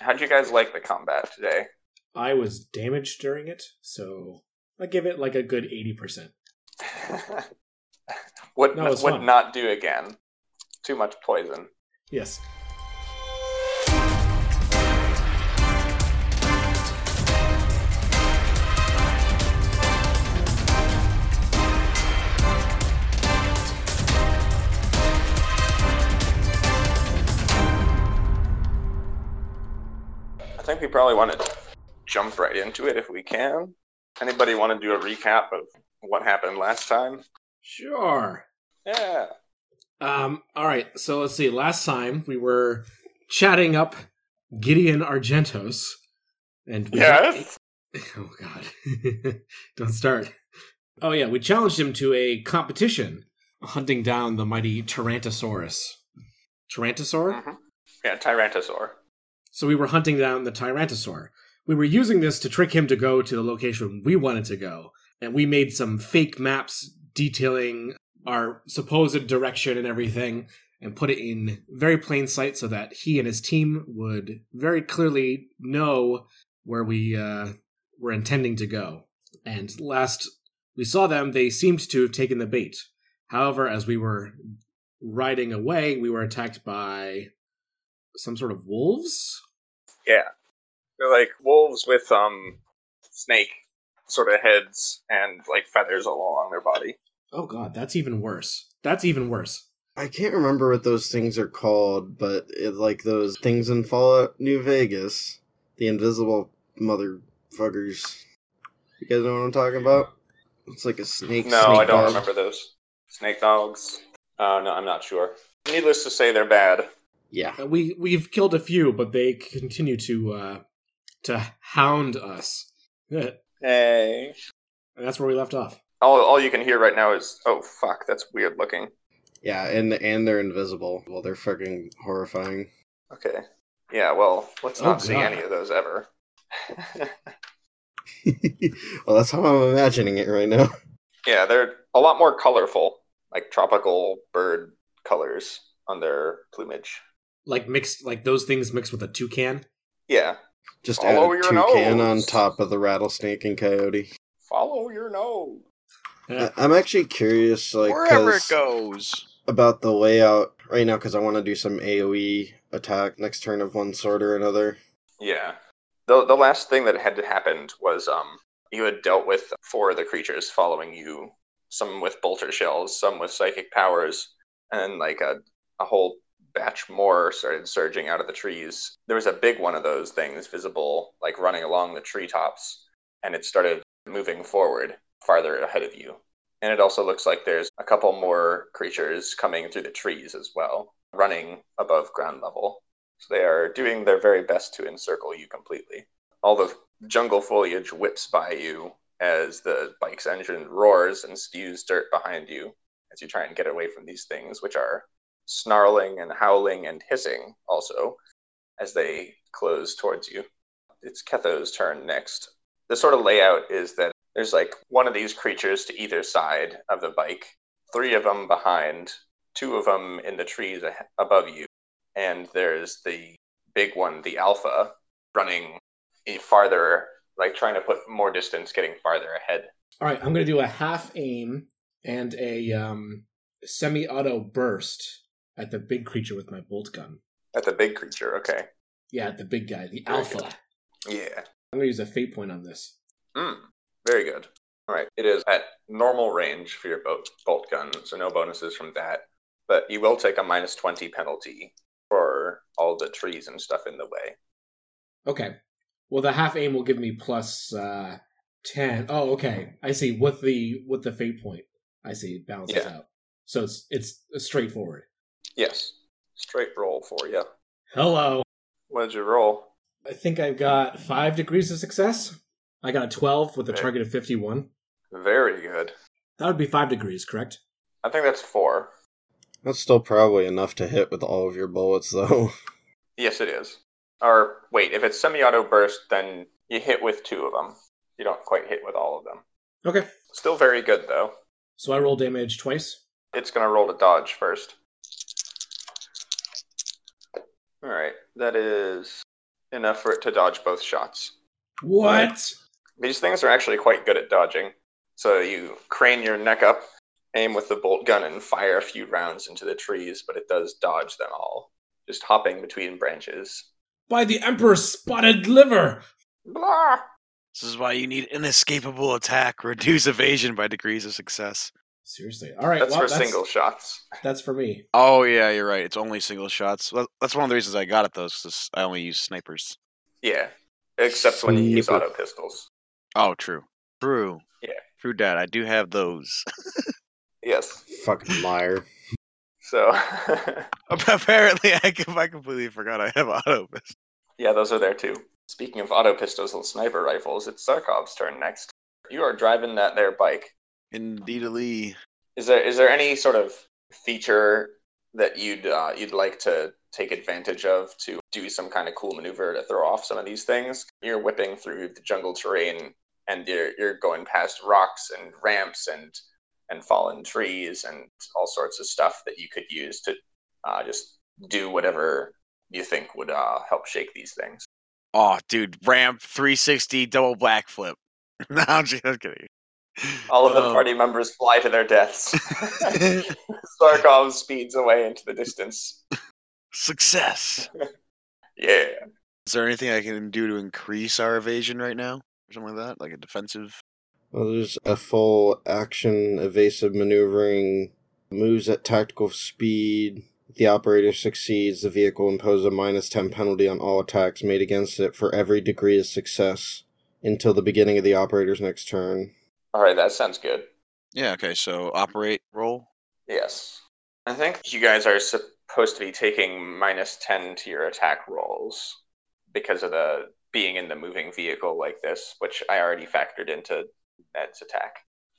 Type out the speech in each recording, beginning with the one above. How'd you guys like the combat today? I was damaged during it, so I give it like a good 80%. Would No, it's would fun. not do again. Too much poison. Yes. I think we probably want to jump right into it if we can. Anybody want to do a recap of what happened last time? Sure. Yeah. Um, all right, so let's see. Last time we were chatting up Gideon Argentos, and we oh god, don't start. Oh yeah, we challenged him to a competition, hunting down the mighty Tyrannosaurus. Tyrannosaur. hmm Yeah, Tyrantosaur. So we were hunting down the Tyrannosaur. We were using this to trick him to go to the location we wanted to go, and we made some fake maps detailing our supposed direction and everything, and put it in very plain sight so that he and his team would very clearly know where we uh, were intending to go. And last we saw them, they seemed to have taken the bait. However, as we were riding away, we were attacked by some sort of wolves. Yeah. They're like wolves with um snake sort of heads and like feathers all along their body. Oh god, that's even worse. That's even worse. I can't remember what those things are called, but it, like those things in Fallout New Vegas, the invisible motherfuckers. You guys know what I'm talking about? It's like a snake. No, snake I don't dog. remember those. Snake dogs. Uh, no, I'm not sure. Needless to say, they're bad. Yeah, Uh, We we've killed a few, but they continue to uh to hound us. and Hey. that's where we left off. All, all you can hear right now is, oh fuck, that's weird looking. yeah, and and they're invisible. Well, they're fucking horrifying. Okay. Yeah, well, let's Oh, not see God. any of those ever. well, that's how I'm imagining it right now. yeah, they're a lot more colorful, like tropical bird colors on their plumage. Like mixed like those things mixed with a toucan. Yeah. Just All add over a your toucan on nose. top of the rattlesnake and coyote. Follow your nose. Uh, I- I'm actually curious, like Wherever it 'cause- goes. about the layout right now because I want to do some AOE attack next turn of one sort or another. Yeah. The the last thing that had happened was um you had dealt with four of the creatures following you, some with bolter shells, some with psychic powers, and like a a whole batch more started surging out of the trees. There was a big one of those things visible, like running along the treetops, and it started moving forward farther ahead of you. And it also looks like there's a couple more creatures coming through the trees as well, running above ground level. So they are doing their very best to encircle you completely. All the jungle foliage whips by you as the bike's engine roars and spews dirt behind you as you try and get away from these things, which are snarling and howling and hissing also as they close towards you. It's Ketho's turn next. The sort of layout is that there's like one of these creatures to either side of the bike, three of them behind, two of them in the trees ahe- above you, and there's the big one, the alpha, running e- farther, like trying to put more distance, getting farther ahead. all right, I'm going to do a half aim and a um semi-auto burst at the big creature with my bolt gun. At the big creature, okay. Yeah, at the big guy, the Very alpha. good. Yeah. I'm going to use a fate point on this. Mm, very good. All right. It is at normal range for your bolt, bolt gun, so no bonuses from that. But you will take a minus 20 penalty for all the trees and stuff in the way. Okay. Well, the half aim will give me plus uh, ten. Oh, okay. I see. With the with the fate point, I see it balances Yeah. out. So it's it's straightforward. Yes. Straight roll for you. Hello. What did you roll? I think I've got five degrees of success. I got a twelve with a Okay. target of fifty-one. Very good. That would be five degrees, correct? I think that's four. That's still probably enough to hit with all of your bullets, though. Yes, it is. Or wait, if it's semi-auto burst, then you hit with two of them. You don't quite hit with all of them. Okay. Still very good though. So I roll damage twice. It's gonna roll to dodge first. All right, that is enough for it to dodge both shots. What? These things are actually quite good at dodging. So you crane your neck up, aim with the bolt gun, and fire a few rounds into the trees, but it does dodge them all, just hopping between branches. By the Emperor's spotted liver. Blah! This is why you need inescapable attack. Reduce evasion by degrees of success. Seriously. All right. That's well, for single shots. That's for me. Oh yeah, you're right. It's only single shots. Well, That's one of the reasons I got it though, because I only use snipers. Yeah. Except when you use Sniper. auto pistols. Oh, true. True. Yeah. True, Dad. I do have those. Yes. Fucking liar. So, Apparently, I, com- I completely forgot I have auto. pistol. yeah, those are there too. Speaking of auto pistols and sniper rifles, it's Sarkov's turn next. You are driving that there bike. Indeedly. Is there is there any sort of feature that you'd uh, you'd like to take advantage of to do some kind of cool maneuver to throw off some of these things? You're whipping through the jungle terrain and you're you're going past rocks and ramps and and fallen trees and all sorts of stuff that you could use to uh, just do whatever you think would uh, help shake these things. Oh, dude, ramp 360 double backflip. no, I'm just I'm kidding. All of the Um, party members fly to their deaths. Sarkov speeds away into the distance. Success. Yeah. Is there anything I can do to increase our evasion right now, or something like that, like a defensive? Well, there's a full action, evasive maneuvering, moves at tactical speed. If The operator succeeds, the vehicle imposes a minus 10 penalty on all attacks made against it for every degree of success until the beginning of the operator's next turn. All right, that sounds good. Yeah. Okay. So operate roll. Yes. I think you guys are supposed to be taking minus 10 to your attack rolls because of the being in the moving vehicle like this, which I already factored into Ed's attack.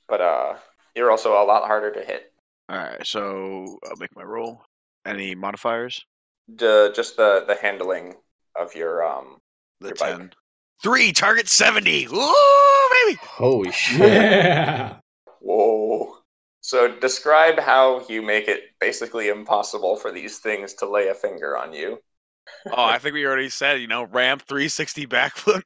But uh, you're also a lot harder to hit. All right. So I'll make my roll. Any modifiers? The, just the, the handling of your um The Your bike. ten. Three target seventy. Ooh, baby. Holy shit. Yeah. whoa. So describe how you make it basically impossible for these things to lay a finger on you. Oh, I think we already said. You know, ramp three sixty backflip.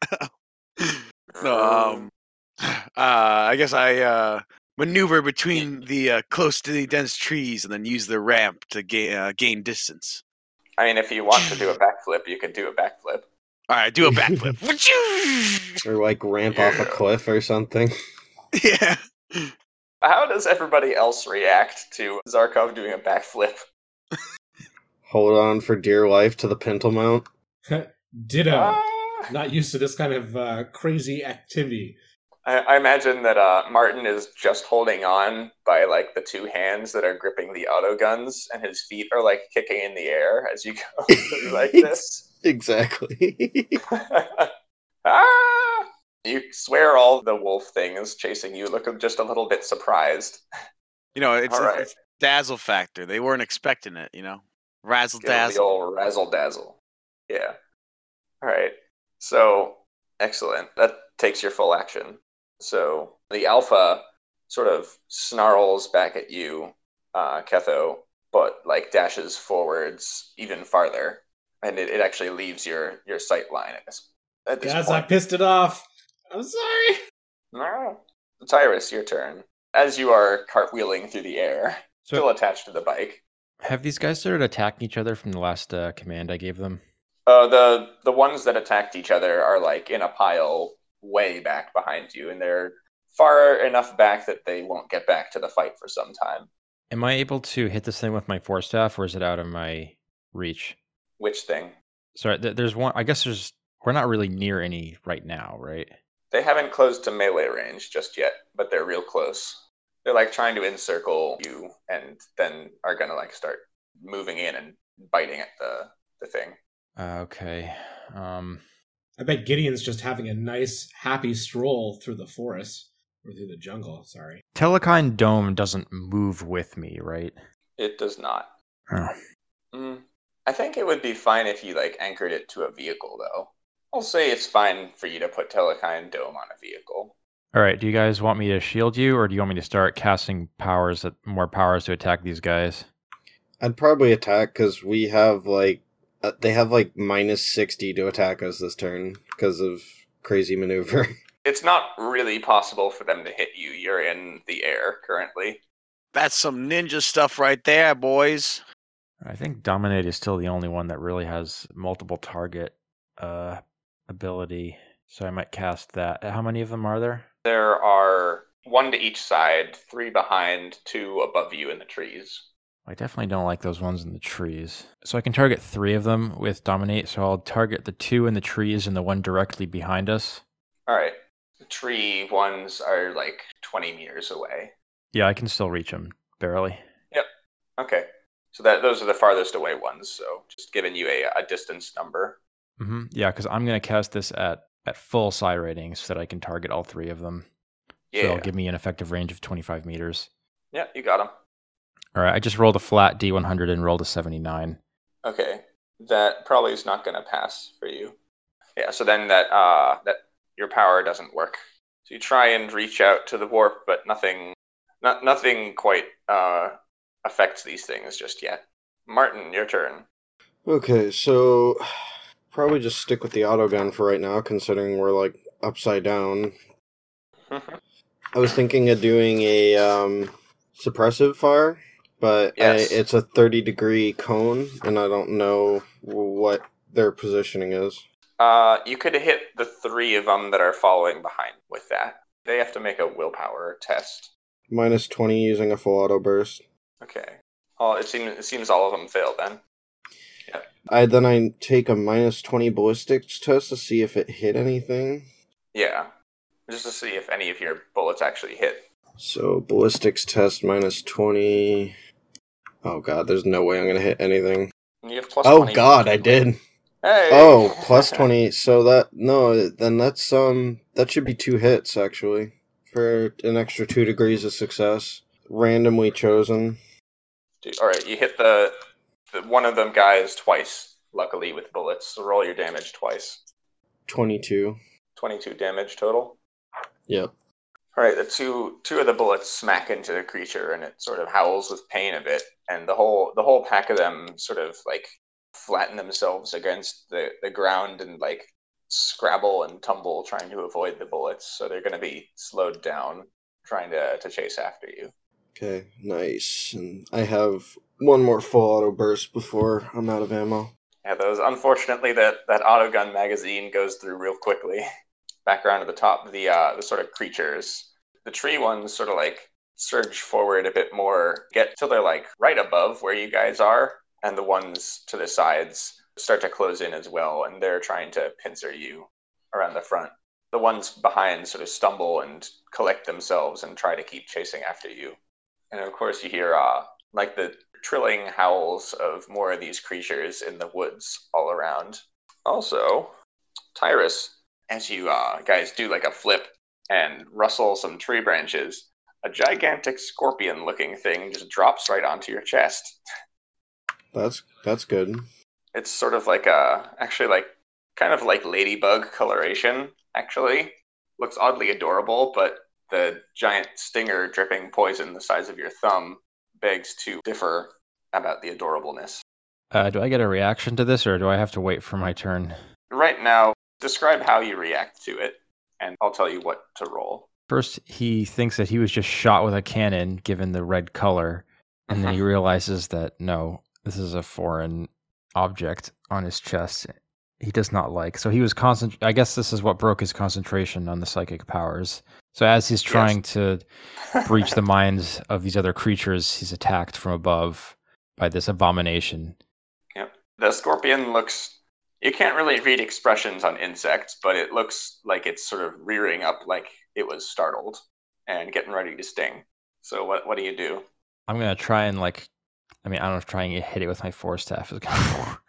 No, um, uh, I guess I uh, maneuver between the uh, close to the dense trees and then use the ramp to ga- uh, gain distance. I mean, if you want to do a backflip, you can do a backflip. All right, I do a backflip. Wachoo! or like ramp off a Yeah. cliff or something. yeah. How does everybody else react to Zarkov doing a backflip? Hold on for dear life to the pintle mount. Ditto. Ah! Not used to this kind of uh, crazy activity. I, I imagine that uh, Martin is just holding on by like the two hands that are gripping the auto guns, and his feet are like kicking in the air as you go through like this. Exactly. ah! You swear all the wolf things chasing you look just a little bit surprised. You know, it's, all right, it's dazzle factor. They weren't expecting it, you know? Razzle Give 'em the dazzle. old razzle dazzle. Yeah. All right. So excellent. That takes your full action. So the alpha sort of snarls back at you, uh, Ketho, but like dashes forwards even farther, and it, it actually leaves your your sight line at this. At this Guys, I point. pissed it off. I'm sorry. No. Tyrus, your turn. As you are cartwheeling through the air, So- still attached to the bike. Have these guys started attacking each other from the last uh, command I gave them? Uh, the the ones that attacked each other are like in a pile way back behind you, and they're far enough back that they won't get back to the fight for some time. Am I able to hit this thing with my four staff, or is it out of my reach? Which thing? Sorry, th- there's one. I guess there's. We're not really near any right now, right? They haven't closed to melee range just yet, but they're real close. They're like trying to encircle you, and then are gonna like start moving in and biting at the the thing. Uh, okay. Um, I bet Gideon's just having a nice, happy stroll through the forest or through the jungle. Sorry. Telecon Dome doesn't move with me, right? It does not. Oh. Mm. I think it would be fine if you like anchored it to a vehicle, though. I'll say it's fine for you to put Telekine Dome on a vehicle. All right. Do you guys want me to shield you, or do you want me to start casting powers that more powers to attack these guys? I'd probably attack because we have like Uh, they have like minus 60 to attack us this turn because of crazy maneuver. It's not really possible for them to hit you. You're in the air currently. That's some ninja stuff right there, boys. I think Dominate is still the only one that really has multiple target uh, ability. So I might cast that. Uh, How many of them are there? There are one to each side, three behind, two above you in the trees. I definitely don't like those ones in the trees. So I can target three of them with Dominate. So I'll target the two in the trees and the one directly behind us. All right. The tree ones are like 20 meters away. Yeah, I can still reach them barely. Okay. So that those are the farthest away ones. So just giving you a, a distance number. hmm Yeah, because I'm gonna cast this at at full psi rating so that I can target all three of them. So Yeah. it'll give me an effective range of 25 meters. yeah, you got them. All right, I just rolled a flat D100 and rolled a 79. Okay. That probably is not going to pass for you. Yeah, so then that uh that your power doesn't work. So you try and reach out to the warp, but nothing not nothing quite uh affects these things just yet. Martin, your turn. Okay, so probably just stick with the auto gun for right now, considering we're like upside down. I was thinking of doing a um, suppressive fire, but Yes. I, it's a 30 degree cone, and I don't know what their positioning is. uh you could hit the 3 of them that are following behind with that. They have to make a willpower test. Minus 20 using a full auto burst. Okay. Oh, it seems it seems all of them failed then. I then I take a minus 20 ballistics test to see if it hit anything. Yeah. Just to see if any of your bullets actually hit. So ballistics test minus 20. Oh god, there's no way I'm going to hit anything. And you have plus Oh 20. god, I did. Hey. Oh, plus 20. So that no, then that's um that should be two hits actually for an extra 2 degrees of success, randomly chosen. Dude, all right, you hit the, the one of them guys twice. Luckily, with bullets, so roll your damage twice. 22. Twenty-two damage total. Yep. All right, the two two of the bullets smack into the creature, and it sort of howls with pain a bit. And the whole the whole pack of them sort of like flatten themselves against the the ground and like scrabble and tumble, trying to avoid the bullets. So they're going to be slowed down, trying to to chase after you. Okay, nice. And I have one more full auto burst before I'm out of ammo. Yeah, those. Unfortunately, that that autogun magazine goes through real quickly. Back around to the top, the uh, the sort of creatures, the tree ones, sort of like surge forward a bit more, get till they're like right above where you guys are, and the ones to the sides start to close in as well, and they're trying to pincer you around the front. The ones behind sort of stumble and collect themselves and try to keep chasing after you. And of course, you hear uh, like the trilling howls of more of these creatures in the woods all around. Also, Tyrus, as you uh, guys do like a flip and rustle some tree branches, a gigantic scorpion looking thing just drops right onto your chest. That's that's good. It's sort of like a, actually, like kind of like ladybug coloration, actually. Looks oddly adorable, but the giant stinger dripping poison the size of your thumb begs to differ about the adorableness. Uh, do I get a reaction to this, or do I have to wait for my turn? right now, describe how you react to it, and I'll tell you what to roll. First, he thinks that he was just shot with a cannon, given the red color, and then he realizes that no, this is a foreign object on his chest. He does not like. So he was concent. I guess this is what broke his concentration on the psychic powers. So as he's trying to breach the minds of these other creatures, he's attacked from above by this abomination. The scorpion looks. You can't really read expressions on insects, but it looks like it's sort of rearing up like it was startled and getting ready to sting. So, what, what do you do? I'm gonna try and like, I mean, I don't know if trying to hit it with my force staff is gonna work.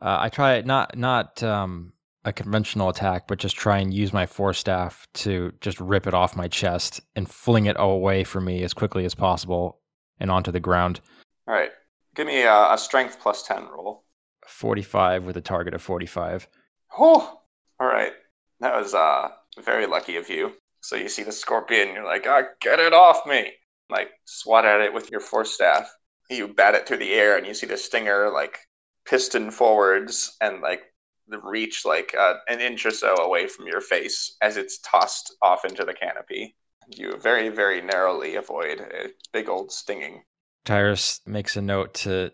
Uh, I try not not um, a conventional attack, but just try and use my force staff to just rip it off my chest and fling it away from me as quickly as possible and onto the ground. All right. Give me a, a strength plus 10 roll. 45 with a target of 45. Oh, all right. That was uh very lucky of you. So you see the scorpion, you're like, ah, get it off me! Like swat at it with your force staff. You bat it through the air, and you see the stinger like piston forwards and like the reach like uh, an inch or so away from your face as it's tossed off into the canopy. You very, very narrowly avoid a big old stinging. Tyrus makes a note to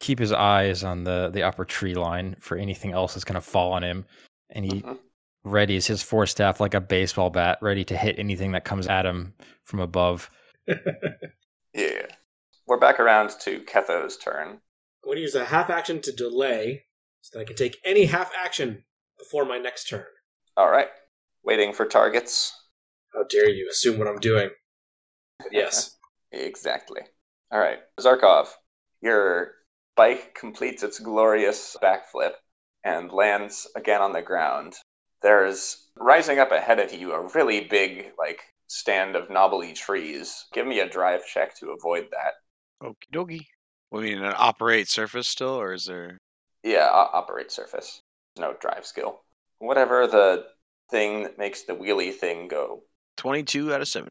keep his eyes on the the upper tree line for anything else that's going to fall on him, and he Mhm. readies his forestaff like a baseball bat, ready to hit anything that comes at him from above. Yeah. We're back around to Ketho's turn. I'm going to use a half action to delay so that I can take any half action before my next turn. All right. Waiting for targets. How dare you assume what I'm doing? But yes. Exactly. All right, Zarkov, your bike completes its glorious backflip and lands again on the ground. There's rising up ahead of you a really big, like, stand of knobbly trees. Give me a drive check to avoid that. Okie dokie. I mean, an operate surface still, or is there? Yeah, o- operate surface. No drive skill. Whatever the thing that makes the wheelie thing go 22 out of 70.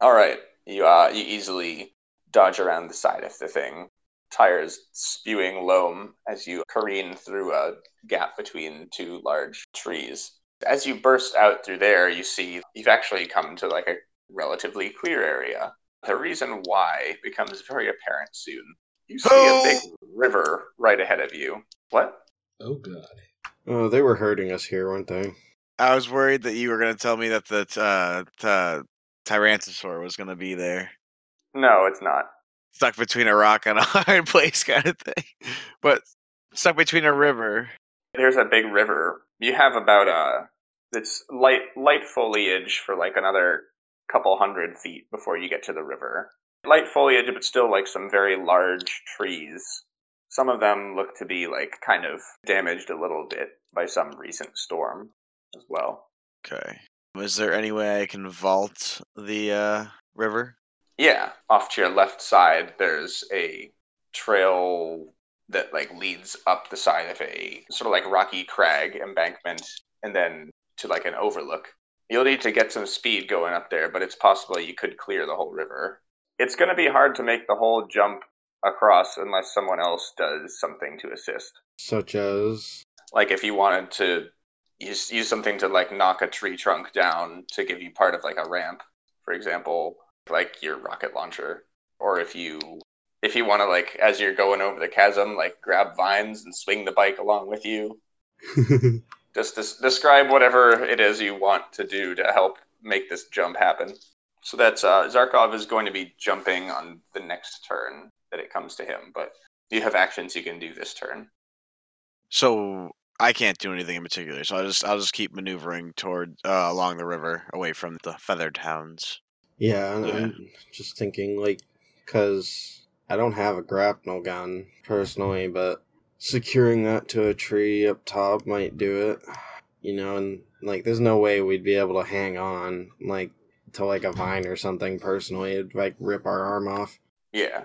All right, you uh, you easily dodge around the side of the thing, tires spewing loam as you careen through a gap between two large trees. As you burst out through there, you see you've actually come to like a relatively clear area. The reason why becomes very apparent soon. You see a big river right ahead of you. What? Oh, God. Oh, they were hurting us here, weren't they? I was worried that you were going to tell me that the t- uh, t- uh, Tyrannosaur was going to be there, No, it's not. stuck between a rock and a hard place kind of thing. But stuck between a river. there's a big river. You have about uh it's light light foliage for like another couple hundred feet before you get to the river. Light foliage, but still like some very large trees. Some of them look to be like kind of damaged a little bit by some recent storm as well. Okay. Is there any way I can vault the uh, river? Yeah, off to your left side there's a trail that like leads up the side of a sort of like rocky crag embankment and then to like an overlook. You'll need to get some speed going up there, but it's possible you could clear the whole river. It's going to be hard to make the whole jump across unless someone else does something to assist. Such as Like if you wanted to use use something to like knock a tree trunk down to give you part of like a ramp, for example, like your rocket launcher, or if you if you want to like as you're going over the chasm, like grab vines and swing the bike along with you. Just des- describe whatever it is you want to do to help make this jump happen. So that's uh, Zarkov is going to be jumping on the next turn that it comes to him, but you have actions you can do this turn. So I can't do anything in particular. So I'll just I'll just keep maneuvering toward uh, along the river, away from the feathered hounds. yeah, and Yeah. I'm just thinking like because I don't have a grapnel gun personally, but securing that to a tree up top might do it. You know, and like there's no way we'd be able to hang on like to like a vine or something personally. It'd like rip our arm off. Yeah.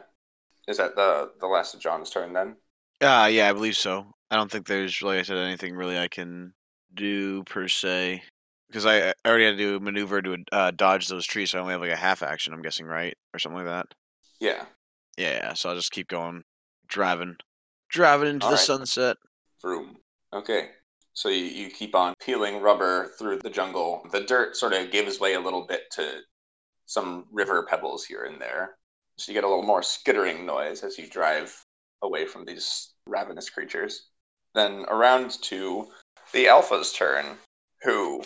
Is that the the last of John's turn then? Uh yeah, I believe so. I don't think there's really I said anything really I can do per se because I, I already had to do a maneuver to uh, dodge those trees. So I only have like a half action, I'm guessing, right, or something like that. Yeah. Yeah, yeah, so I'll just keep going, driving, driving into the Alright. sunset. Vroom. Okay. So you, you keep on peeling rubber through the jungle. The dirt sort of gives way a little bit to some river pebbles here and there. So you get a little more skittering noise as you drive away from these ravenous creatures. Then around to the alpha's turn, who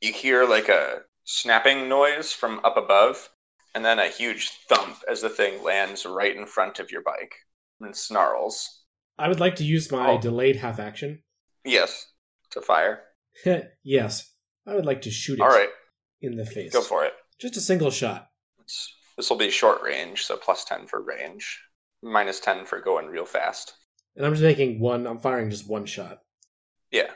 you hear like a snapping noise from up above, and then a huge thump as the thing lands right in front of your bike and snarls. I would like to use my Oh. delayed half action. Yes, to fire. yes. I would like to shoot it All right, in the face. go for it. Just a single shot. This will be short range, so plus 10 for range, minus 10 for going real fast. And I'm just making one, I'm firing just one shot. Yeah.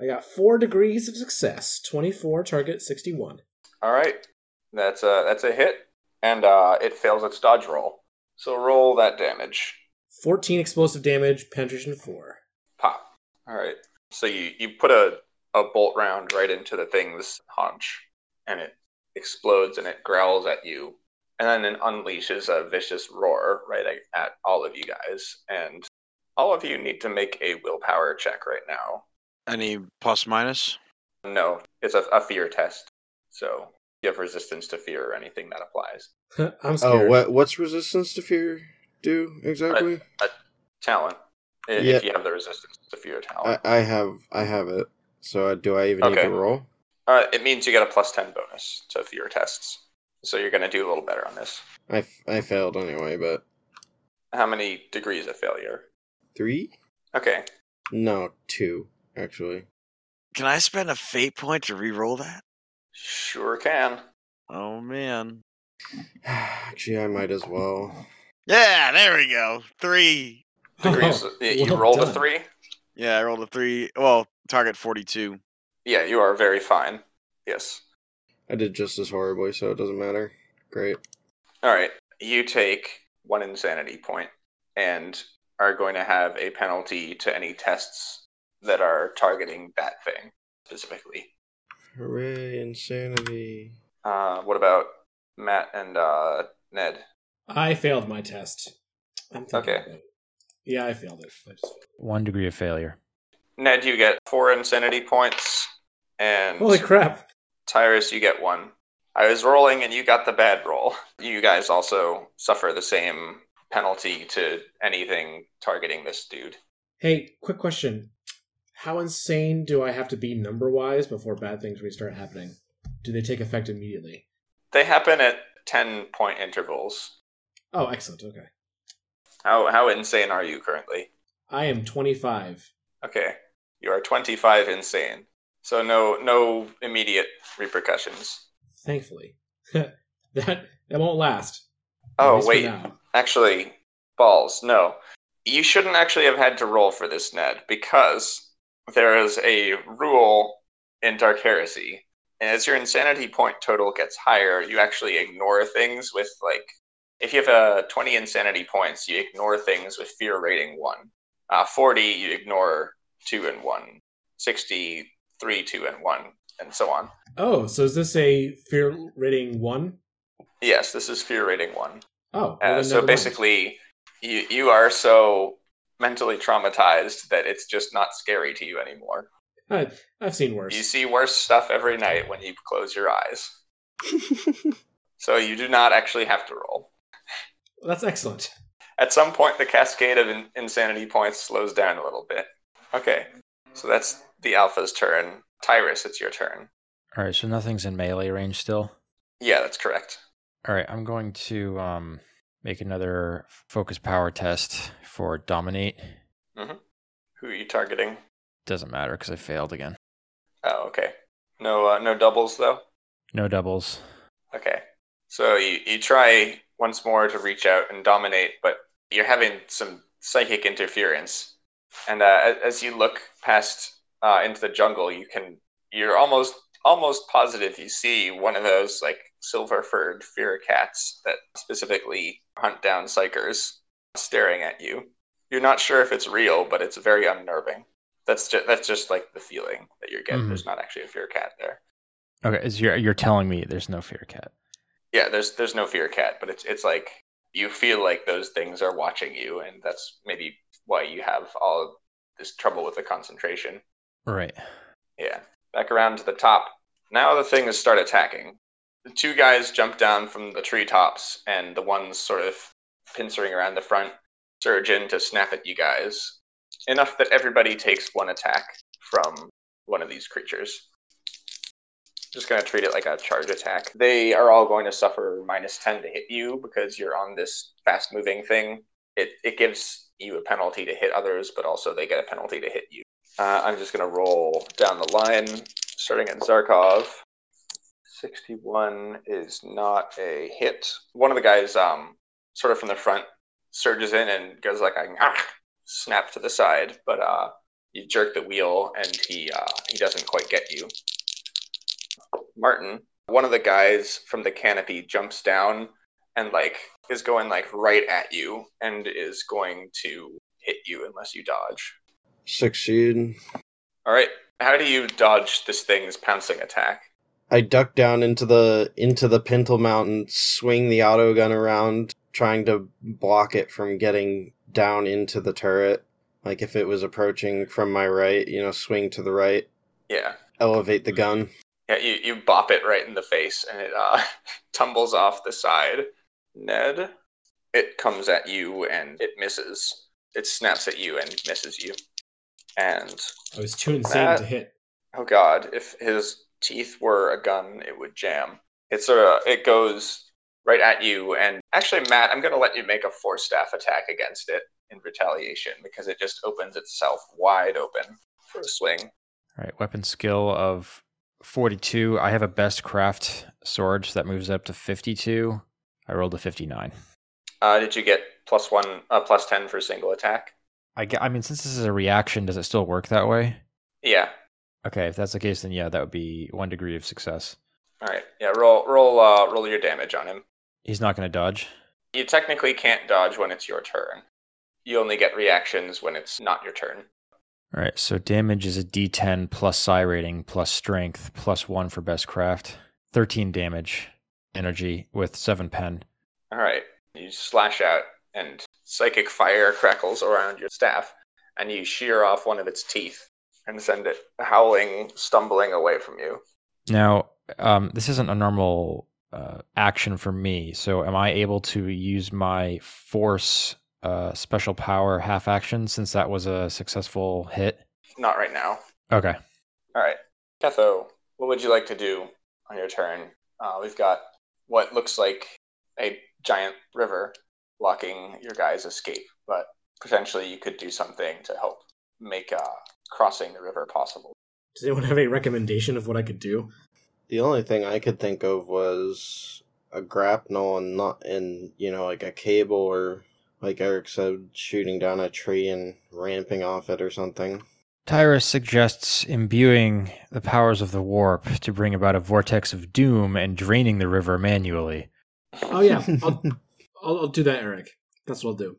I got four degrees of success 24, target 61. All right, that's a, that's a hit, and uh, it fails its dodge roll. So roll that damage. 14 explosive damage, penetration 4. Pop. All right. So you, you put a, a bolt round right into the thing's haunch, and it explodes and it growls at you. and then it unleashes a vicious roar right a- at all of you guys. And all of you need to make a willpower check right now. Any plus minus? No, it's a, a fear test. So you have resistance to fear or anything that applies. I'm scared. Oh, what what's resistance to fear do exactly? Talent. i- Yeah. Uh, If you have the resistance to fear I, talent, I have I have it. So I, do I even need Okay. to roll? uh, it means you get a plus 10 bonus to fear tests. So you're going to do a little better on this. I, f- I failed anyway, but How many degrees of failure? three? Okay. No, two actually. Can I spend a fate point to re-roll that? Sure can. Oh man. actually, I might as well. Yeah, there we go. Three. Degrees. Oh, you you well rolled a done. three? Yeah, I rolled a three. Well, target forty-two. Yeah, you are very fine. Yes. I did just as horribly, so it doesn't matter. Great. All right. You take one insanity point and are going to have a penalty to any tests that are targeting that thing specifically. Hooray! Insanity. Uh, what about Matt and uh, Ned? I failed my test. I'm thinking Okay. about it. Yeah, I failed it. I just- One degree of failure. Ned, you get four insanity points, and Holy crap! Tyrus, you get one. I was rolling and you got the bad roll. You guys also suffer the same penalty to anything targeting this dude. Hey, quick question: How insane do I have to be number-wise before bad things really start happening? Do they take effect immediately? They happen at 10 point intervals. Oh, excellent. Okay, How, how insane are you currently? I am 25. Okay. You are 25 insane. So no no immediate repercussions. Thankfully, that that won't last. At Oh least for wait, now. actually balls. No. You shouldn't actually have had to roll for this Ned because there is a rule in Dark Heresy. And as your insanity point total gets higher, you actually ignore things with like if you have uh, 20 insanity points, you ignore things with fear rating 1. Uh, 40, you ignore 2 and 1. 60, 3, 2, and 1, and so on. Oh, so is this a fear rating one? Yes, this is fear rating 1. Oh, well, Uh, then never so mind. basically, you you are so mentally traumatized that it's just not scary to you anymore. I, I've seen worse. You see worse stuff every night when you close your eyes. So you do not actually have to roll. That's excellent. At some point, the cascade of in- insanity points slows down a little bit. Okay, so that's the alpha's turn. Tyrus, it's your turn. All right, so nothing's in melee range still. Yeah, that's correct. All right, I'm going to um, make another focus power test for dominate. Who are you targeting? Doesn't matter because I failed again. Oh, okay. No, uh, no doubles though. No doubles. Okay. So you, you try once more to reach out and dominate, but you're having some psychic interference. And uh, a- as you look past uh, into the jungle, you can you're almost almost positive you see one of those like silver furred fear cats that specifically hunt down psychers staring at you. You're not sure if it's real, but it's very unnerving. That's just that's just like the feeling that you're getting. Mhm. There's not actually a fear cat there. Okay, is you're you're telling me there's no fear cat? yeah there's there's no fear cat but it's it's like you feel like those things are watching you and that's maybe why you have all of this trouble with the concentration Right. yeah back around to the top now the thing is start attacking the two guys jump down from the treetops and the ones sort of pincering around the front surge in to snap at you guys enough that everybody takes one attack from one of these creatures just going to treat it like a charge attack. They are all going to suffer minus 10 to hit you because you're on this fast moving thing. It, it gives you a penalty to hit others, but also they get a penalty to hit you. Uh, I'm just going to roll down the line, starting at Zarkov. 61 is not a hit. One of the guys, um, sort of from the front, surges in and goes like a "Nyah!" snap to the side, but uh, you jerk the wheel and he uh, he doesn't quite get you. Martin, one of the guys from the canopy jumps down and like is going like right at you and is going to hit you unless you dodge. Succeed. All right. How do you dodge this thing's pouncing attack? I duck down into the into the pintle mountain, swing the auto gun around, trying to block it from getting down into the turret. Like if it was approaching from my right, you know, swing to the right, Yeah. elevate the gun. Yeah, you, you bop it right in the face and it uh, tumbles off the side. Ned, it comes at you and it misses. It snaps at you and misses you. And, I was too insane That- to hit. oh god, if his teeth were a gun, it would jam. It's a, it goes right at you. And actually, Matt, I'm going to let you make a force staff attack against it in retaliation because it just opens itself wide open for a swing. All right, weapon skill of 42. I have a best craft sword, so that moves up to 52. I rolled a 59. Uh, did you get plus one, uh, plus 10 for single attack? I, ge- I mean, since this is a reaction, does it still work that way? Yeah. Okay, if that's the case, then yeah, that would be one degree of success. All right. Yeah. Roll. Roll. Uh, roll your damage on him. He's not going to dodge. You technically can't dodge when it's your turn. You only get reactions when it's not your turn. All right, so damage is a d10 plus psi rating plus strength plus one for best craft. 13 damage, energy with seven pen. All right. You slash out, and psychic fire crackles around your staff, and you shear off one of its teeth and send it howling, stumbling away from you. Now, um, this isn't a normal uh, action for me. So, am I able to use my force uh, special power half action since that was a successful hit? Not right now. Okay. All right, Ketho, what would you like to do on your turn? Uh, we've got what looks like a giant river blocking your guys' escape, but potentially you could do something to help make uh, crossing the river possible. Does anyone have a recommendation of what I could do? The only thing I could think of was a grapnel and not and you know like a cable or like Eric said, shooting down a tree and ramping off it or something. Tyrus suggests imbuing the powers of the warp to bring about a vortex of doom and draining the river manually. Oh yeah, I'll, I'll, I'll do that, Eric. That's what I'll do.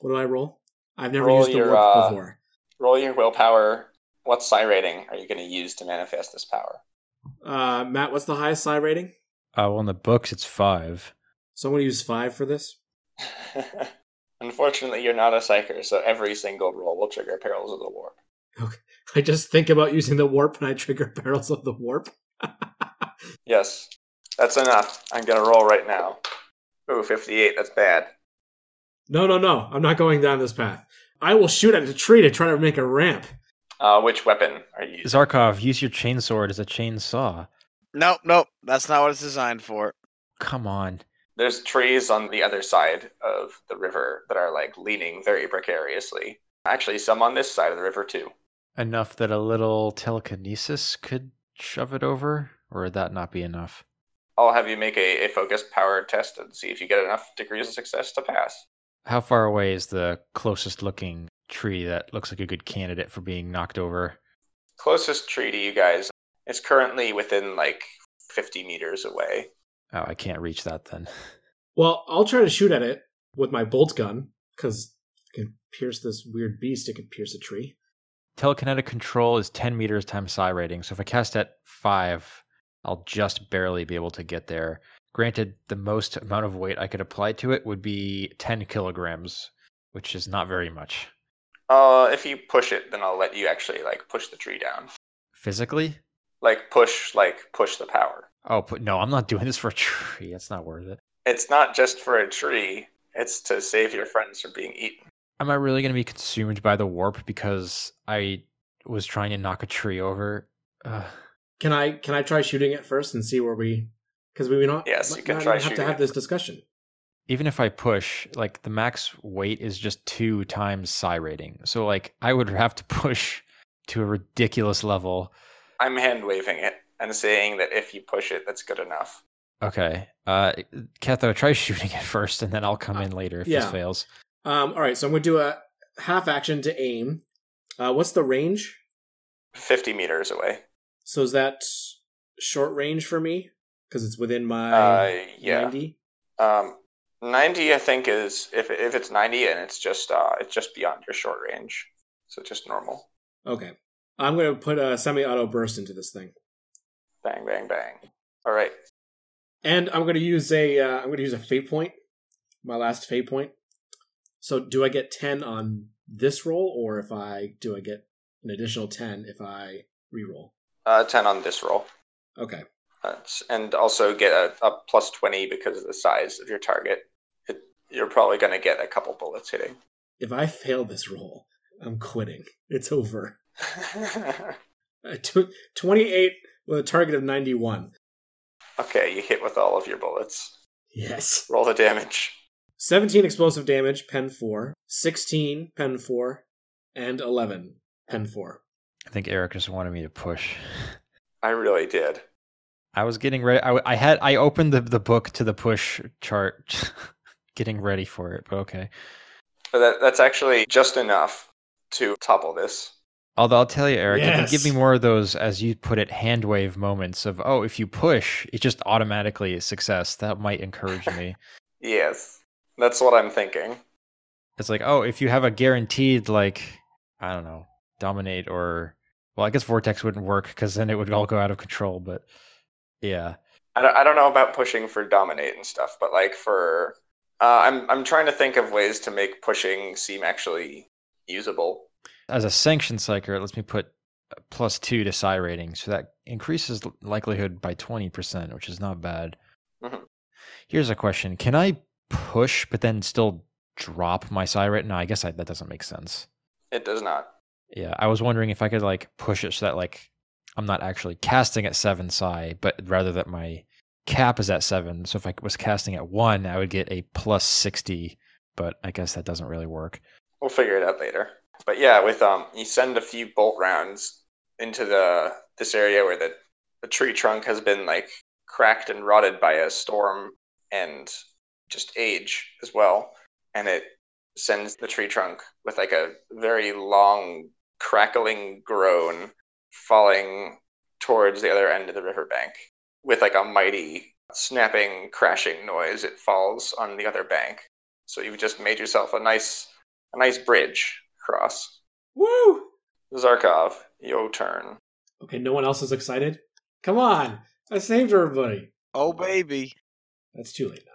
What do I roll? I've never Roll used the your, warp uh, before. Roll your willpower. What psi rating are you going to use to manifest this power? Uh, Matt, what's the highest psi rating? Uh, well, in the books, it's five. So I'm going to use five for this. Unfortunately, you're not a psyker, so every single roll will trigger Perils of the Warp. I just think about using the warp and I trigger barrels of the warp. Yes, that's enough. I'm going to roll right now. Ooh, 58, that's bad. no, no, no. I'm not going down this path. I will shoot at a tree to try to make a ramp. Uh, which weapon are you using? Zarkov, use your chainsword as a chainsaw. Nope, nope. That's not what it's designed for. Come on. There's trees on the other side of the river that are like leaning very precariously. Actually, some on this side of the river too. Enough that a little telekinesis could shove it over, or would that not be enough? I'll have you make a, a focused power test and see if you get enough degrees of success to pass. How far away is the closest looking tree that looks like a good candidate for being knocked over? Closest tree to you guys is currently within like 50 meters away. Oh, I can't reach that then. Well, I'll try to shoot at it with my bolt gun because it can pierce this weird beast. It can pierce a tree. Telekinetic control is 10 meters times psi rating, so if I cast at 5, I'll just barely be able to get there. Granted, the most amount of weight I could apply to it would be 10 kilograms, which is not very much. Uh, if you push it, then I'll let you actually like push the tree down. Physically? Like push, like push the power. Oh, but no, I'm not doing this for a tree. It's not worth it. It's not just for a tree, it's to save your friends from being eaten. Am I really going to be consumed by the warp because I was trying to knock a tree over? Ugh. Can I can I try shooting it first and see where we? Because we not Yes, you can not try have to shooting have it. this discussion. Even if I push, like the max weight is just two times psi rating. So, like, I would have to push to a ridiculous level. I'm hand waving it and saying that if you push it, that's good enough. Okay. Uh, Ketho, try shooting it first and then I'll come in later if yeah. this fails. Um, all right, so I'm going to do a half action to aim. Uh, what's the range? 50 meters away. So is that short range for me? Because it's within my Uh, yeah. 90? Um, 90, I think, is if, if it's 90 and it's just uh, it's just beyond your short range, so just normal. Okay. I'm going to put a semi auto burst into this thing. Bang, bang, bang. All right. And I'm going to use a uh, I'm going to use a fate point, my last fate point. So do I get ten on this roll, or if I do I get an additional ten if I re-roll? Uh, 10 on this roll. Okay, That's, and also get a, a plus 20 because of the size of your target. It, you're probably going to get a couple bullets hitting. if I fail this roll, I'm quitting. It's over. Uh, tw- 28 with a target of 91. okay, you hit with all of your bullets. Yes. Roll the damage. 17 explosive damage, pen 4, 16, pen 4, and 11, pen 4. I think Eric just wanted me to push. I really did. I was getting ready. I, w- I had I opened the, the book to the push chart, getting ready for it. But okay. But that, that's actually just enough to topple this. Although I'll tell you, Eric, if you give me Yes. more of those, as you put it, hand wave moments of oh, if you push, it just automatically is success. That might encourage me. Yes, that's what I'm thinking. It's like oh, if you have a guaranteed like I don't know, dominate or well, I guess vortex wouldn't work because then it would all go out of control. But yeah, I don't, I don't know about pushing for dominate and stuff, but like for uh, I'm I'm trying to think of ways to make pushing seem actually usable. as a sanction psyker, it lets me put a plus two to psi rating, so that increases l- likelihood by twenty percent, which is not bad. Mhm. Here's a question: Can I push but then still drop my psi rating? No, I guess I, that doesn't make sense. It does not. Yeah, I was wondering if I could like push it so that like I'm not actually casting at seven psi, but rather that my cap is at seven. So if I was casting at one, I would get a plus sixty. But I guess that doesn't really work. We'll figure it out later. But yeah, with um, you send a few bolt rounds into the this area where the the tree trunk has been like cracked and rotted by a storm and just age as well, and it sends the tree trunk with like a very long crackling groan falling towards the other end of the riverbank with like a mighty snapping crashing noise it falls on the other bank so you've just made yourself a nice a nice bridge across. Woo! Zarkov, yo turn. Okay, no one else is excited? Come on! I saved everybody! Oh baby. That's too late now.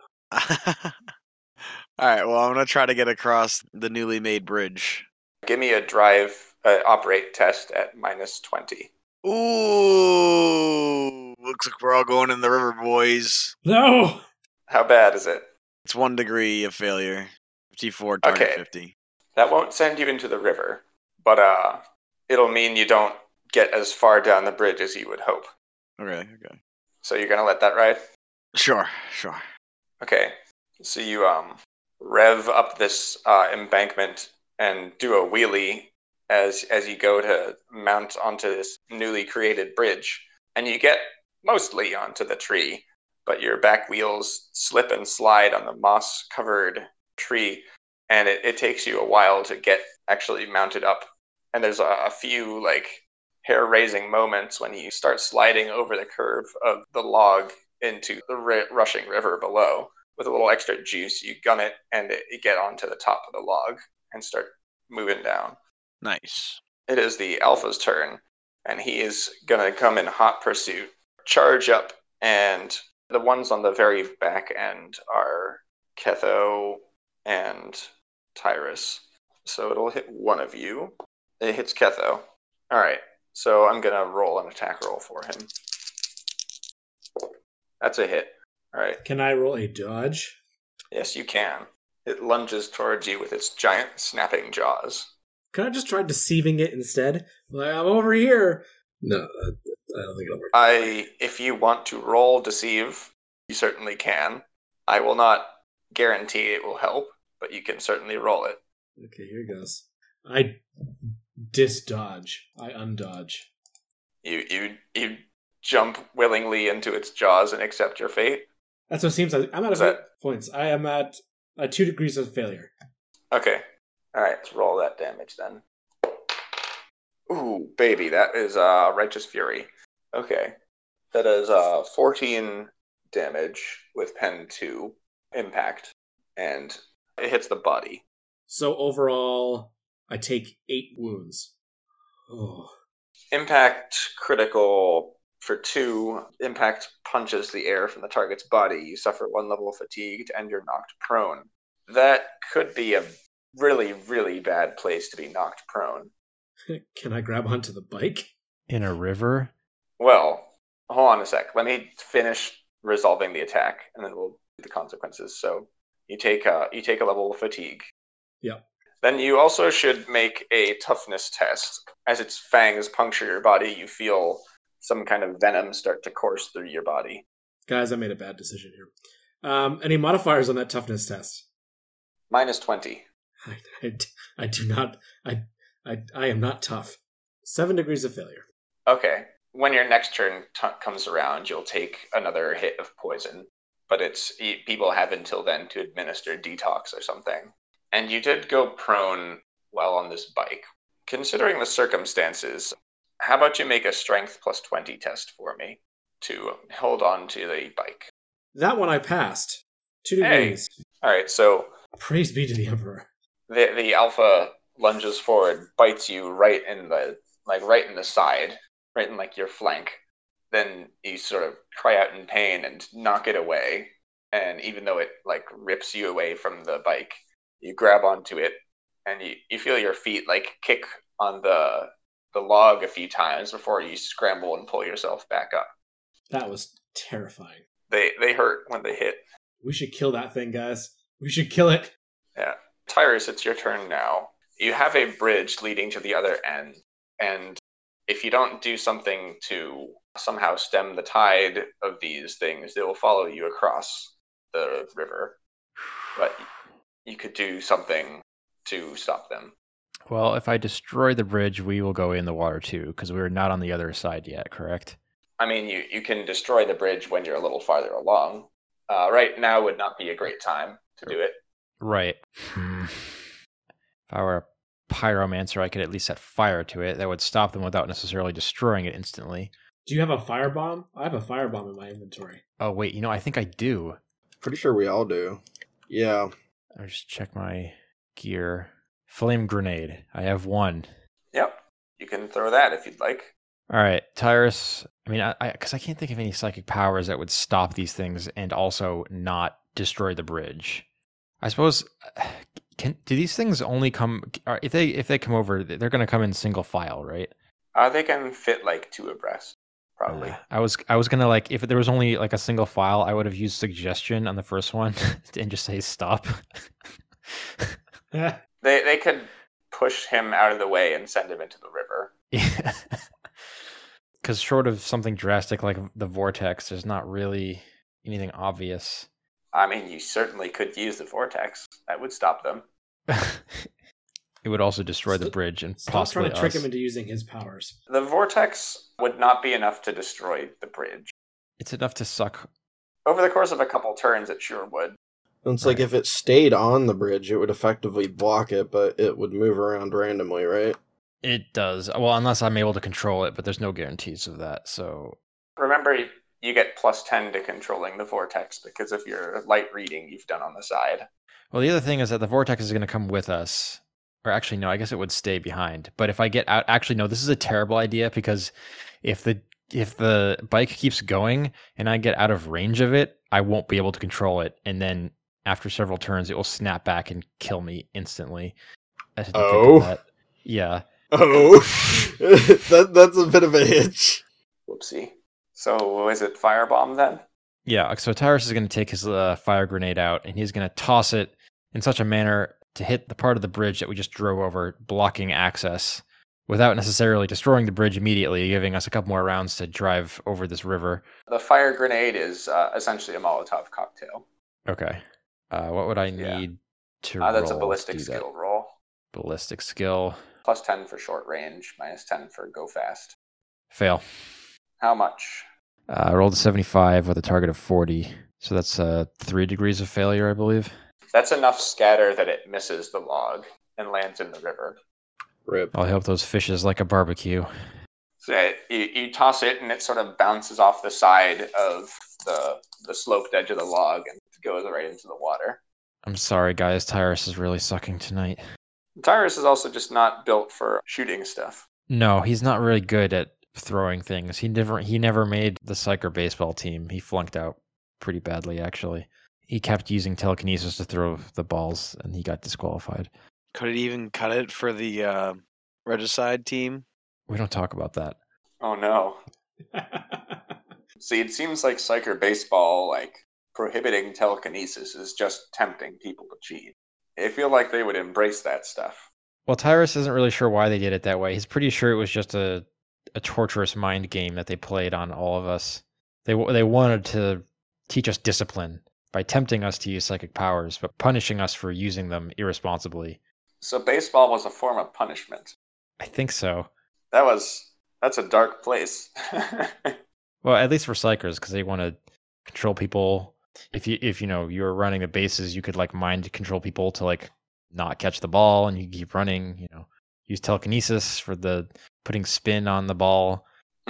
All right. Well, I'm gonna try to get across the newly made bridge. Give me a drive uh, operate test at minus 20. Ooh, looks like we're all going in the river, boys. No! How bad is it? It's one degree of failure. Fifty-four target Okay. fifty. That won't send you into the river, but uh it'll mean you don't get as far down the bridge as you would hope. Okay. Okay. So you're going to let that ride? Sure. Sure. Okay. So you um rev up this uh, embankment and do a wheelie as as you go to mount onto this newly created bridge, and you get mostly onto the tree, but your back wheels slip and slide on the moss covered tree, and it, it takes you a while to get actually mounted up. And there's a, a few like hair raising moments when you start sliding over the curve of the log into the ri- rushing river below. With a little extra juice, you gun it and it, you get onto the top of the log and start moving down. Nice. It is the alpha's turn, and he is going to come in hot pursuit, charge up, and the ones on the very back end are Ketho and Tyrus. So it'll hit one of you. It hits Ketho. All right, so I'm going to roll an attack roll for him. That's a hit. All right. Can I roll a dodge? Yes, you can. It lunges towards you with its giant snapping jaws. Can I just try deceiving it instead? Like, I'm over here! No, uh, I don't think it'll work. I, if you want to roll deceive, you certainly can. I will not guarantee it will help, but you can certainly roll it. Okay, here goes. I disdodge. I undodge. You, you, you jump willingly into its jaws and accept your fate. That's what it seems like. I'm out of Is that- points. I am at uh, two degrees of failure. Okay. All right, let's roll that damage then. Ooh, baby, that is uh, righteous fury. Okay, that is uh, 14 damage with pen two impact, and it hits the body. So overall, I take eight wounds. Oh, Impact critical For two, impact punches the air from the target's body. You suffer one level of fatigue and you're knocked prone. That could be a really, really bad place to be knocked prone. Can I grab onto the bike? in a river. Well, hold on a sec. Let me finish resolving the attack, and then we'll do the consequences. So you take a, you take a level of fatigue. Yep. Then you also should make a toughness test. As its fangs puncture your body, you feel some kind of venom start to course through your body. Guys, I made a bad decision here. Um, any modifiers on that toughness test? Minus twenty. I, I d- I do not. I, I I am not tough. Seven degrees of failure. Okay. When your next turn t- comes around, you'll take another hit of poison, but it's y- people have until then to administer detox or something. And you did go prone while on this bike. Considering the circumstances, how about you make a strength plus 20 test for me to hold on to the bike? That one I passed. Two Hey. degrees. All right, so Praise be to the emperor. the the alpha lunges forward, bites you right in the like right in the side, right in like your flank. Then you sort of cry out in pain and knock it away. And even though it like rips you away from the bike, you grab onto it and you, you feel your feet like kick on the the log a few times before you scramble and pull yourself back up. That was terrifying. They they hurt when they hit. We should kill that thing, guys. We should kill it. Tyrus, it's your turn now. You have a bridge leading to the other end, and if you don't do something to somehow stem the tide of these things, they will follow you across the river. But you could do something to stop them. Well, if I destroy the bridge, we will go in the water too, because we're not on the other side yet, correct? I mean, you, you can destroy the bridge when you're a little farther along. Uh, right now would not be a great time to do it. Right. Hmm. If I were a pyromancer, I could at least set fire to it. That would stop them without necessarily destroying it instantly. Do you have a firebomb? I have a firebomb in my inventory. Oh, wait, you know, I think I do. Pretty sure we all do. Yeah. I'll just check my gear. Flame grenade. I have one. Yep. You can throw that if you'd like. All right, Tyrus. I mean, I because I, can't think of any psychic powers that would stop these things and also not destroy the bridge. I suppose. Can do these things only come are- if they if they come over? They're going to come in single file, right? Uh, they can fit like two abreast, probably. Uh, I was I was gonna like if there was only like a single file, I would have used suggestion on the first one and just say stop. yeah, They they could push him out of the way and send him into the river. Because short of something drastic like the vortex, there's not really anything obvious. I mean, you certainly could use the vortex. That would stop them. it would also destroy the Stop- bridge and Stop possibly trying to trick us. him into using his powers. The vortex would not be enough to destroy the bridge. it's enough to suck. Over the course of a couple turns, it sure would. It's like Right. if it stayed on the bridge, it would effectively block it, but it would move around randomly, right? It does well unless I'm able to control it, but there's no guarantees of that. So Remember, you get plus 10 to controlling the vortex because of your light reading you've done on the side. Well, the other thing is that the vortex is going to come with us. Or actually, no, I guess it would stay behind. But if I get out, actually, no, this is a terrible idea because if the if the bike keeps going and I get out of range of it, I won't be able to control it, and then after several turns, it will snap back and kill me instantly. I didn't think of Oh. that. yeah. Oh, that that's a bit of a hitch. Whoopsie. So, is it firebomb then? Yeah, uh, so Tyrus is going to take his uh, fire grenade out and he's going to toss it in such a manner to hit the part of the bridge that we just drove over, blocking access without necessarily destroying the bridge immediately, giving us a couple more rounds to drive over this river. The fire grenade is uh, essentially a Molotov cocktail. Okay. Uh, what would I need Yeah. to Uh, that's a roll ballistic to do that? skill roll. Ballistic skill. Plus 10 for short range, minus 10 for go fast. Fail. How much? Uh, I rolled a 75 with a target of 40. So that's uh, three degrees of failure, I believe. That's enough scatter that it misses the log and lands in the river. Rip. I'll help those fishes like a barbecue. So yeah, you, you toss it, and it sort of bounces off the side of the the sloped edge of the log and goes right into the water. I'm sorry, guys. Tyrus is really sucking tonight. Tyrus is also just not built for shooting stuff. No, he's not really good at throwing things. He never he never made the psycher baseball team. He flunked out pretty badly actually. He kept using telekinesis to throw the balls and he got disqualified. Could it even cut it for the uh, regicide team? We don't talk about that. Oh no. See, it seems like psycher baseball, like prohibiting telekinesis, is just tempting people to cheat. I feel like they would embrace that stuff. Well, Tyrus isn't really sure why they did it that way. He's pretty sure it was just a a torturous mind game that they played on all of us. They w- they wanted to teach us discipline by tempting us to use psychic powers, but punishing us for using them irresponsibly. So baseball was a form of punishment. I think so. That was that's a dark place. Well, at least for psychers, because they want to control people. If you if you know you were running the bases, you could like mind control people to like not catch the ball, and you keep running. You know, use telekinesis for the putting spin on the ball.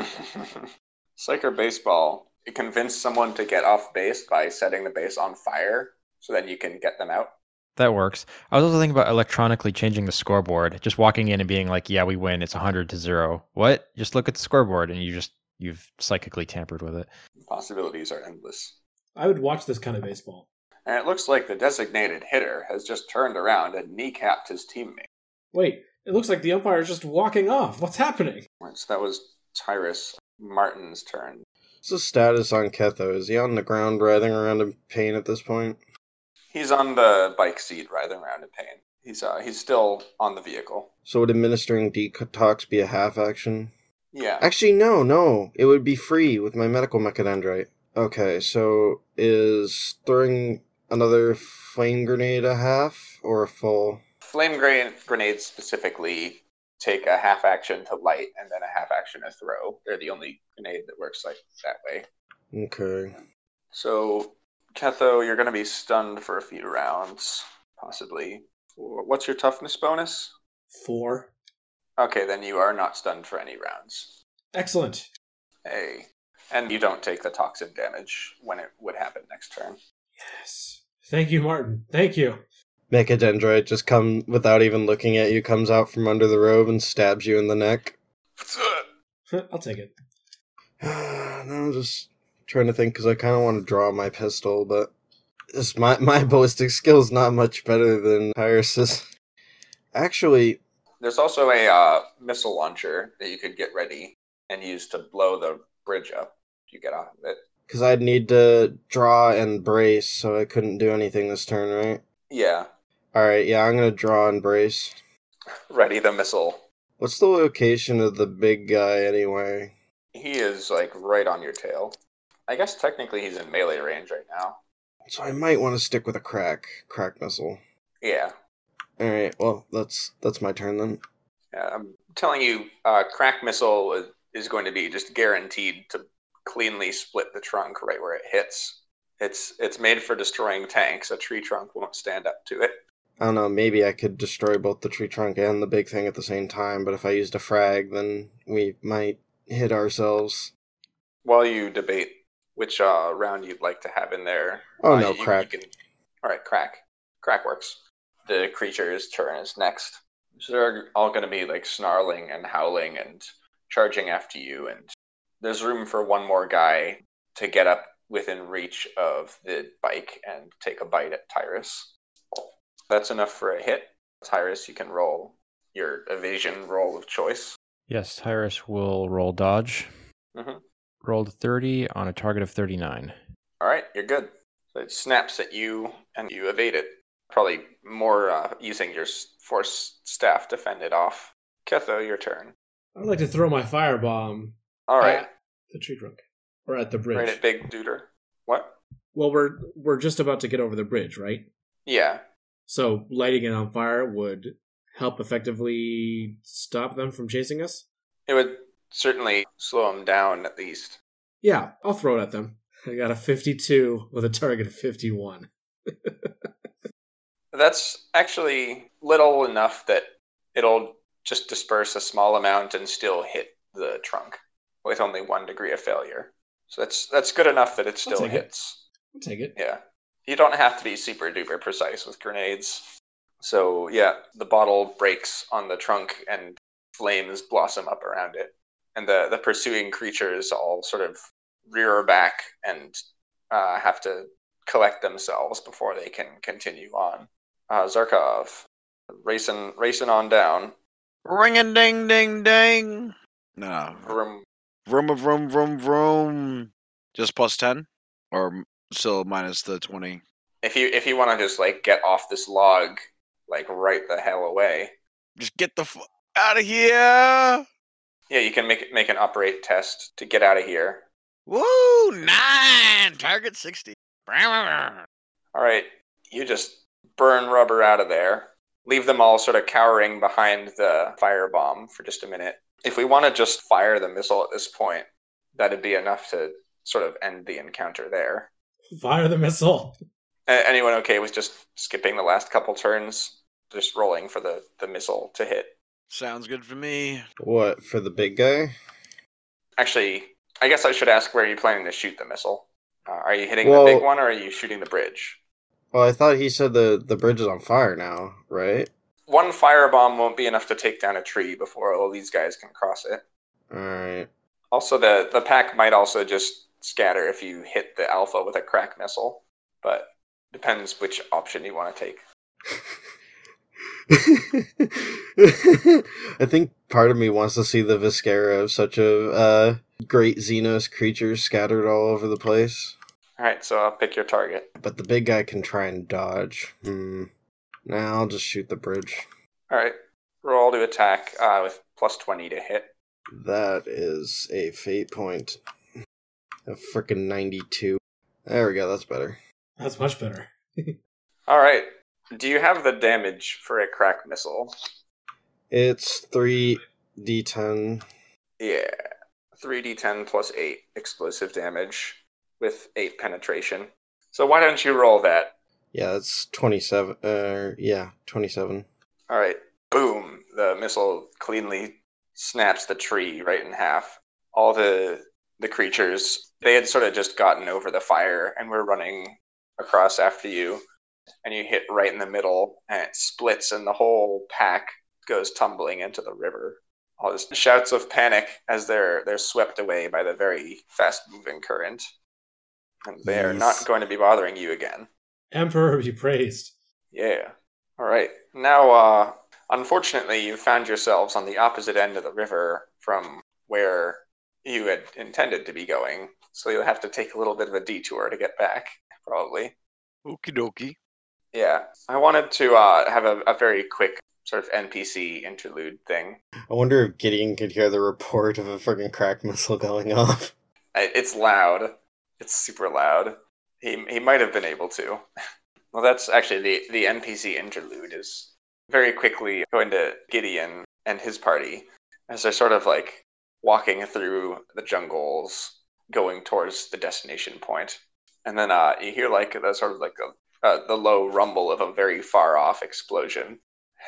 Psycher baseball. It convinced someone to get off base by setting the base on fire, so then you can get them out. That works. I was also thinking about electronically changing the scoreboard, just walking in and being like, "Yeah, we win. It's hundred to zero. What? Just look at the scoreboard, and you just you've psychically tampered with it. Possibilities are endless. I would watch this kind of baseball. And it looks like the designated hitter has just turned around and kneecapped his teammate. Wait, it looks like the umpire is just walking off. What's happening? So that was Tyrus Martin's turn. What's the status on Ketho? Is he on the ground writhing around in pain at this point? He's on the bike seat, writhing around in pain. He's uh, he's still on the vehicle. So would administering detox be a half action? Yeah. Actually, no, no. It would be free with my medical mechadendrite. Okay, so is throwing another flame grenade a half or a full? Flame gra- grenades specifically take a half action to light and then a half action to throw. They're the only grenade that works like that way. Okay. So, Ketho, you're going to be stunned for a few rounds, possibly. What's your toughness bonus? Four. Okay, then you are not stunned for any rounds. Excellent. Hey. And you don't take the toxin damage when it would happen next turn. Yes. Thank you, Martin. Thank you. Mechadendrite just come without even looking at you, comes out from under the robe and stabs you in the neck. I'll take it. no, just trying to think because I kind of want to draw my pistol, but this, my my ballistic skill's not much better than Tyrus's. Actually, There's also a uh, missile launcher that you could get ready and use to blow the bridge up. if You get off of it. because I'd need to draw and brace, so I couldn't do anything this turn, right? Yeah. All right, yeah, I'm gonna draw and brace. Ready the missile. What's the location of the big guy anyway? He is like right on your tail. I guess technically he's in melee range right now. So I might want to stick with a crack crack missile. Yeah. All right, well that's that's my turn then. Yeah, I'm telling you, uh, crack missile is- is going to be just guaranteed to cleanly split the trunk right where it hits. It's it's made for destroying tanks. A tree trunk won't stand up to it. I don't know, maybe I could destroy both the tree trunk and the big thing at the same time, but if I used a frag, then we might hit ourselves. While you debate which uh, round you'd like to have in there, Oh uh, no, you- you crack. can- all right, crack. Crack works. The creature's turn is next. So they're all going to be like snarling and howling and charging after you, and there's room for one more guy to get up within reach of the bike and take a bite at Tyrus. That's enough for a hit. Tyrus, you can roll your evasion roll of choice. Yes, Tyrus will roll dodge. Mhm. Rolled 30 on a target of 39. All right, you're good. So it snaps at you, and you evade it. Probably more uh, using your s- force staff to fend it off. Ketho, your turn. I would like to throw my firebomb All right, at the tree trunk or at the bridge. right at Big Duder. What? Well, we're we're just about to get over the bridge, right? Yeah, So lighting it on fire would help effectively stop them from chasing us. it would certainly slow him down at least. Yeah, I'll throw it at them. I got a 52 with a target of 51. That's actually little enough that it'll just disperse a small amount and still hit the trunk with only one degree of failure. So that's that's good enough that it still take it. hits. I'll take it. Yeah. You don't have to be super duper precise with grenades. So, yeah, the bottle breaks on the trunk and flames blossom up around it. and the the pursuing creatures all sort of rear back and uh, have to collect themselves before they can continue on. Uh, Zarkov racing racing on down. Ring a ding ding ding. No. Vroom. Vroom a vroom vroom vroom. Just plus ten, or m- still minus the twenty. If you if you want to just like get off this log, like right the hell away, Just get the f- out of here. yeah, you can make make an operate test to get out of here. Woo! Nine. Target sixty. That's All right, you just burn rubber out of there. Leave them all sort of cowering behind the firebomb for just a minute. If we want to just fire the missile at this point, that'd be enough to sort of end the encounter there. Fire the missile. A- anyone okay with just skipping the last couple turns, just rolling for the, the missile to hit? Sounds good for me. What for the big guy? Actually, I guess I should ask where are you planning to shoot the missile? Uh, are you hitting Well- the big one or are you shooting the bridge? Well, I thought he said the the bridge is on fire now, right? One firebomb won't be enough to take down a tree before all these guys can cross it. All right. Also, the the pack might also just scatter if you hit the alpha with a crack missile, but depends which option you want to take. I think part of me wants to see the viscera of such a uh, great Xenos creature scattered all over the place, All right, so I'll pick your target. but the big guy can try and dodge. Hmm. Now I'll just shoot the bridge. All right, roll to attack uh, with plus twenty to hit. That is a fate point. A freaking ninety-two. There we go. That's better. That's much better. All right, do you have the damage for a crack missile? It's three d10. Yeah, three d10 plus eight explosive damage with eight penetration. So why don't you roll that? Yeah, that's twenty-seven. Uh, yeah, twenty-seven. All right. Boom. The missile cleanly snaps the tree right in half. All the the creatures, they had sort of just gotten over the fire and were running across after you. And you hit right in the middle and it splits and the whole pack goes tumbling into the river. All this shouts of panic as they're they're swept away by the very fast moving current. And they are Yes. not going to be bothering you again. Emperor be praised. Yeah. All right. Now, uh, unfortunately, you found yourselves on the opposite end of the river from where you had intended to be going, so you'll have to take a little bit of a detour to get back, probably. Okie dokie. Yeah. I wanted to uh, have a, a very quick sort of NPC interlude thing. I wonder if Gideon could hear the report of a friggin' crack missile going off. I- It's loud. It's super loud. He he might have been able to. Well, that's actually the the NPC interlude is very quickly going to Gideon and his party as they're sort of like walking through the jungles, going towards the destination point, and then uh, you hear like the sort of like a, uh, the low rumble of a very far off explosion,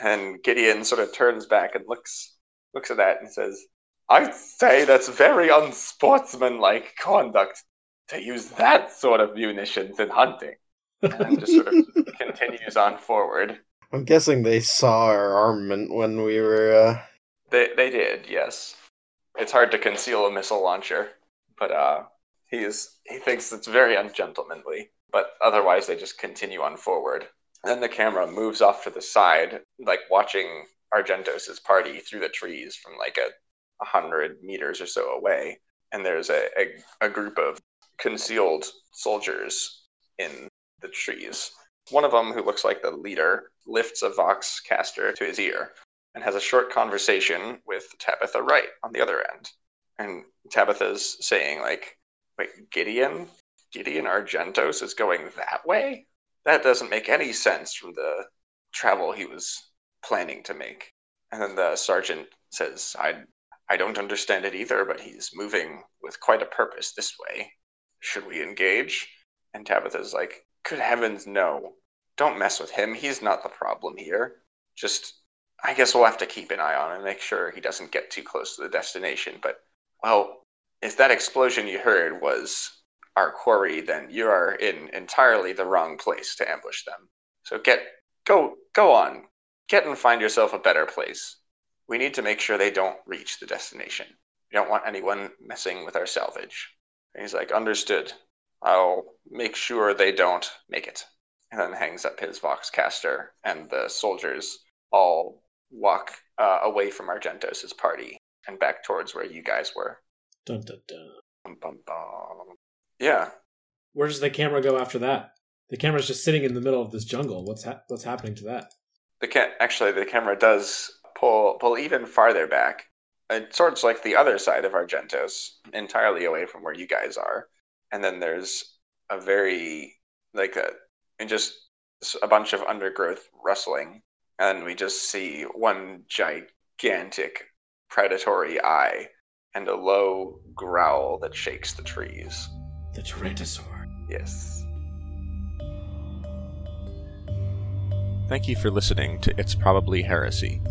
and Gideon sort of turns back and looks looks at that and says, I'd say that's very unsportsmanlike conduct to use that sort of munitions in hunting. And just sort of continues on forward. I'm guessing they saw our armament when we were, uh. They they did, yes. It's hard to conceal a missile launcher, but uh, he is he thinks it's very ungentlemanly. But otherwise, they just continue on forward. Then the camera moves off to the side, like watching Argentos's party through the trees from like a, a hundred meters or so away. And there's a, a, a group of concealed soldiers in the trees. One of them, who looks like the leader, lifts a vox caster to his ear and has a short conversation with Tabitha Wright on the other end. And Tabitha's saying, like, wait, Gideon? Gideon Argentos is going that way? That doesn't make any sense from the travel he was planning to make. And then the sergeant says, I, I don't understand it either, but he's moving with quite a purpose this way. Should we engage? And Tabitha's like, good heavens, no. Don't mess with him. He's not the problem here. Just I guess we'll have to keep an eye on and make sure he doesn't get too close to the destination. But, well, if that explosion you heard was our quarry, then you are in entirely the wrong place to ambush them. So get, go, go on. Get and find yourself a better place. We need to make sure they don't reach the destination. We don't want anyone messing with our salvage. And he's like, understood. I'll make sure they don't make it. And then hangs up his voxcaster, and the soldiers all walk uh, away from Argentos' party and back towards where you guys were. Dun, dun, dun. Bum, bum, bum. Yeah, Where does the camera go after that? The camera's just sitting in the middle of this jungle. What's ha- what's happening to that? the ca- actually the camera does pull pull even farther back. It's sort of like the other side of Argentos, entirely away from where you guys are. And then there's a very like a and just s- a bunch of undergrowth rustling, and we just see one gigantic predatory eye and a low growl that shakes the trees. The Tyrannosaur. Yes. Thank you for listening to It's Probably Heresy.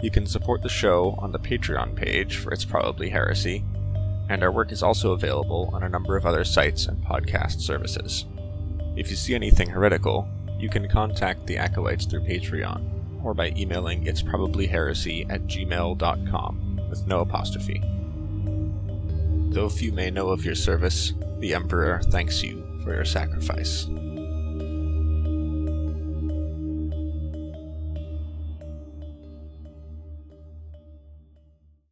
You can support the show on the Patreon page for It's Probably Heresy, and our work is also available on a number of other sites and podcast services. If you see anything heretical, you can contact the Acolytes through Patreon or by emailing It's Probably Heresy at gmail.com with no apostrophe. Though few may know of your service, the Emperor thanks you for your sacrifice.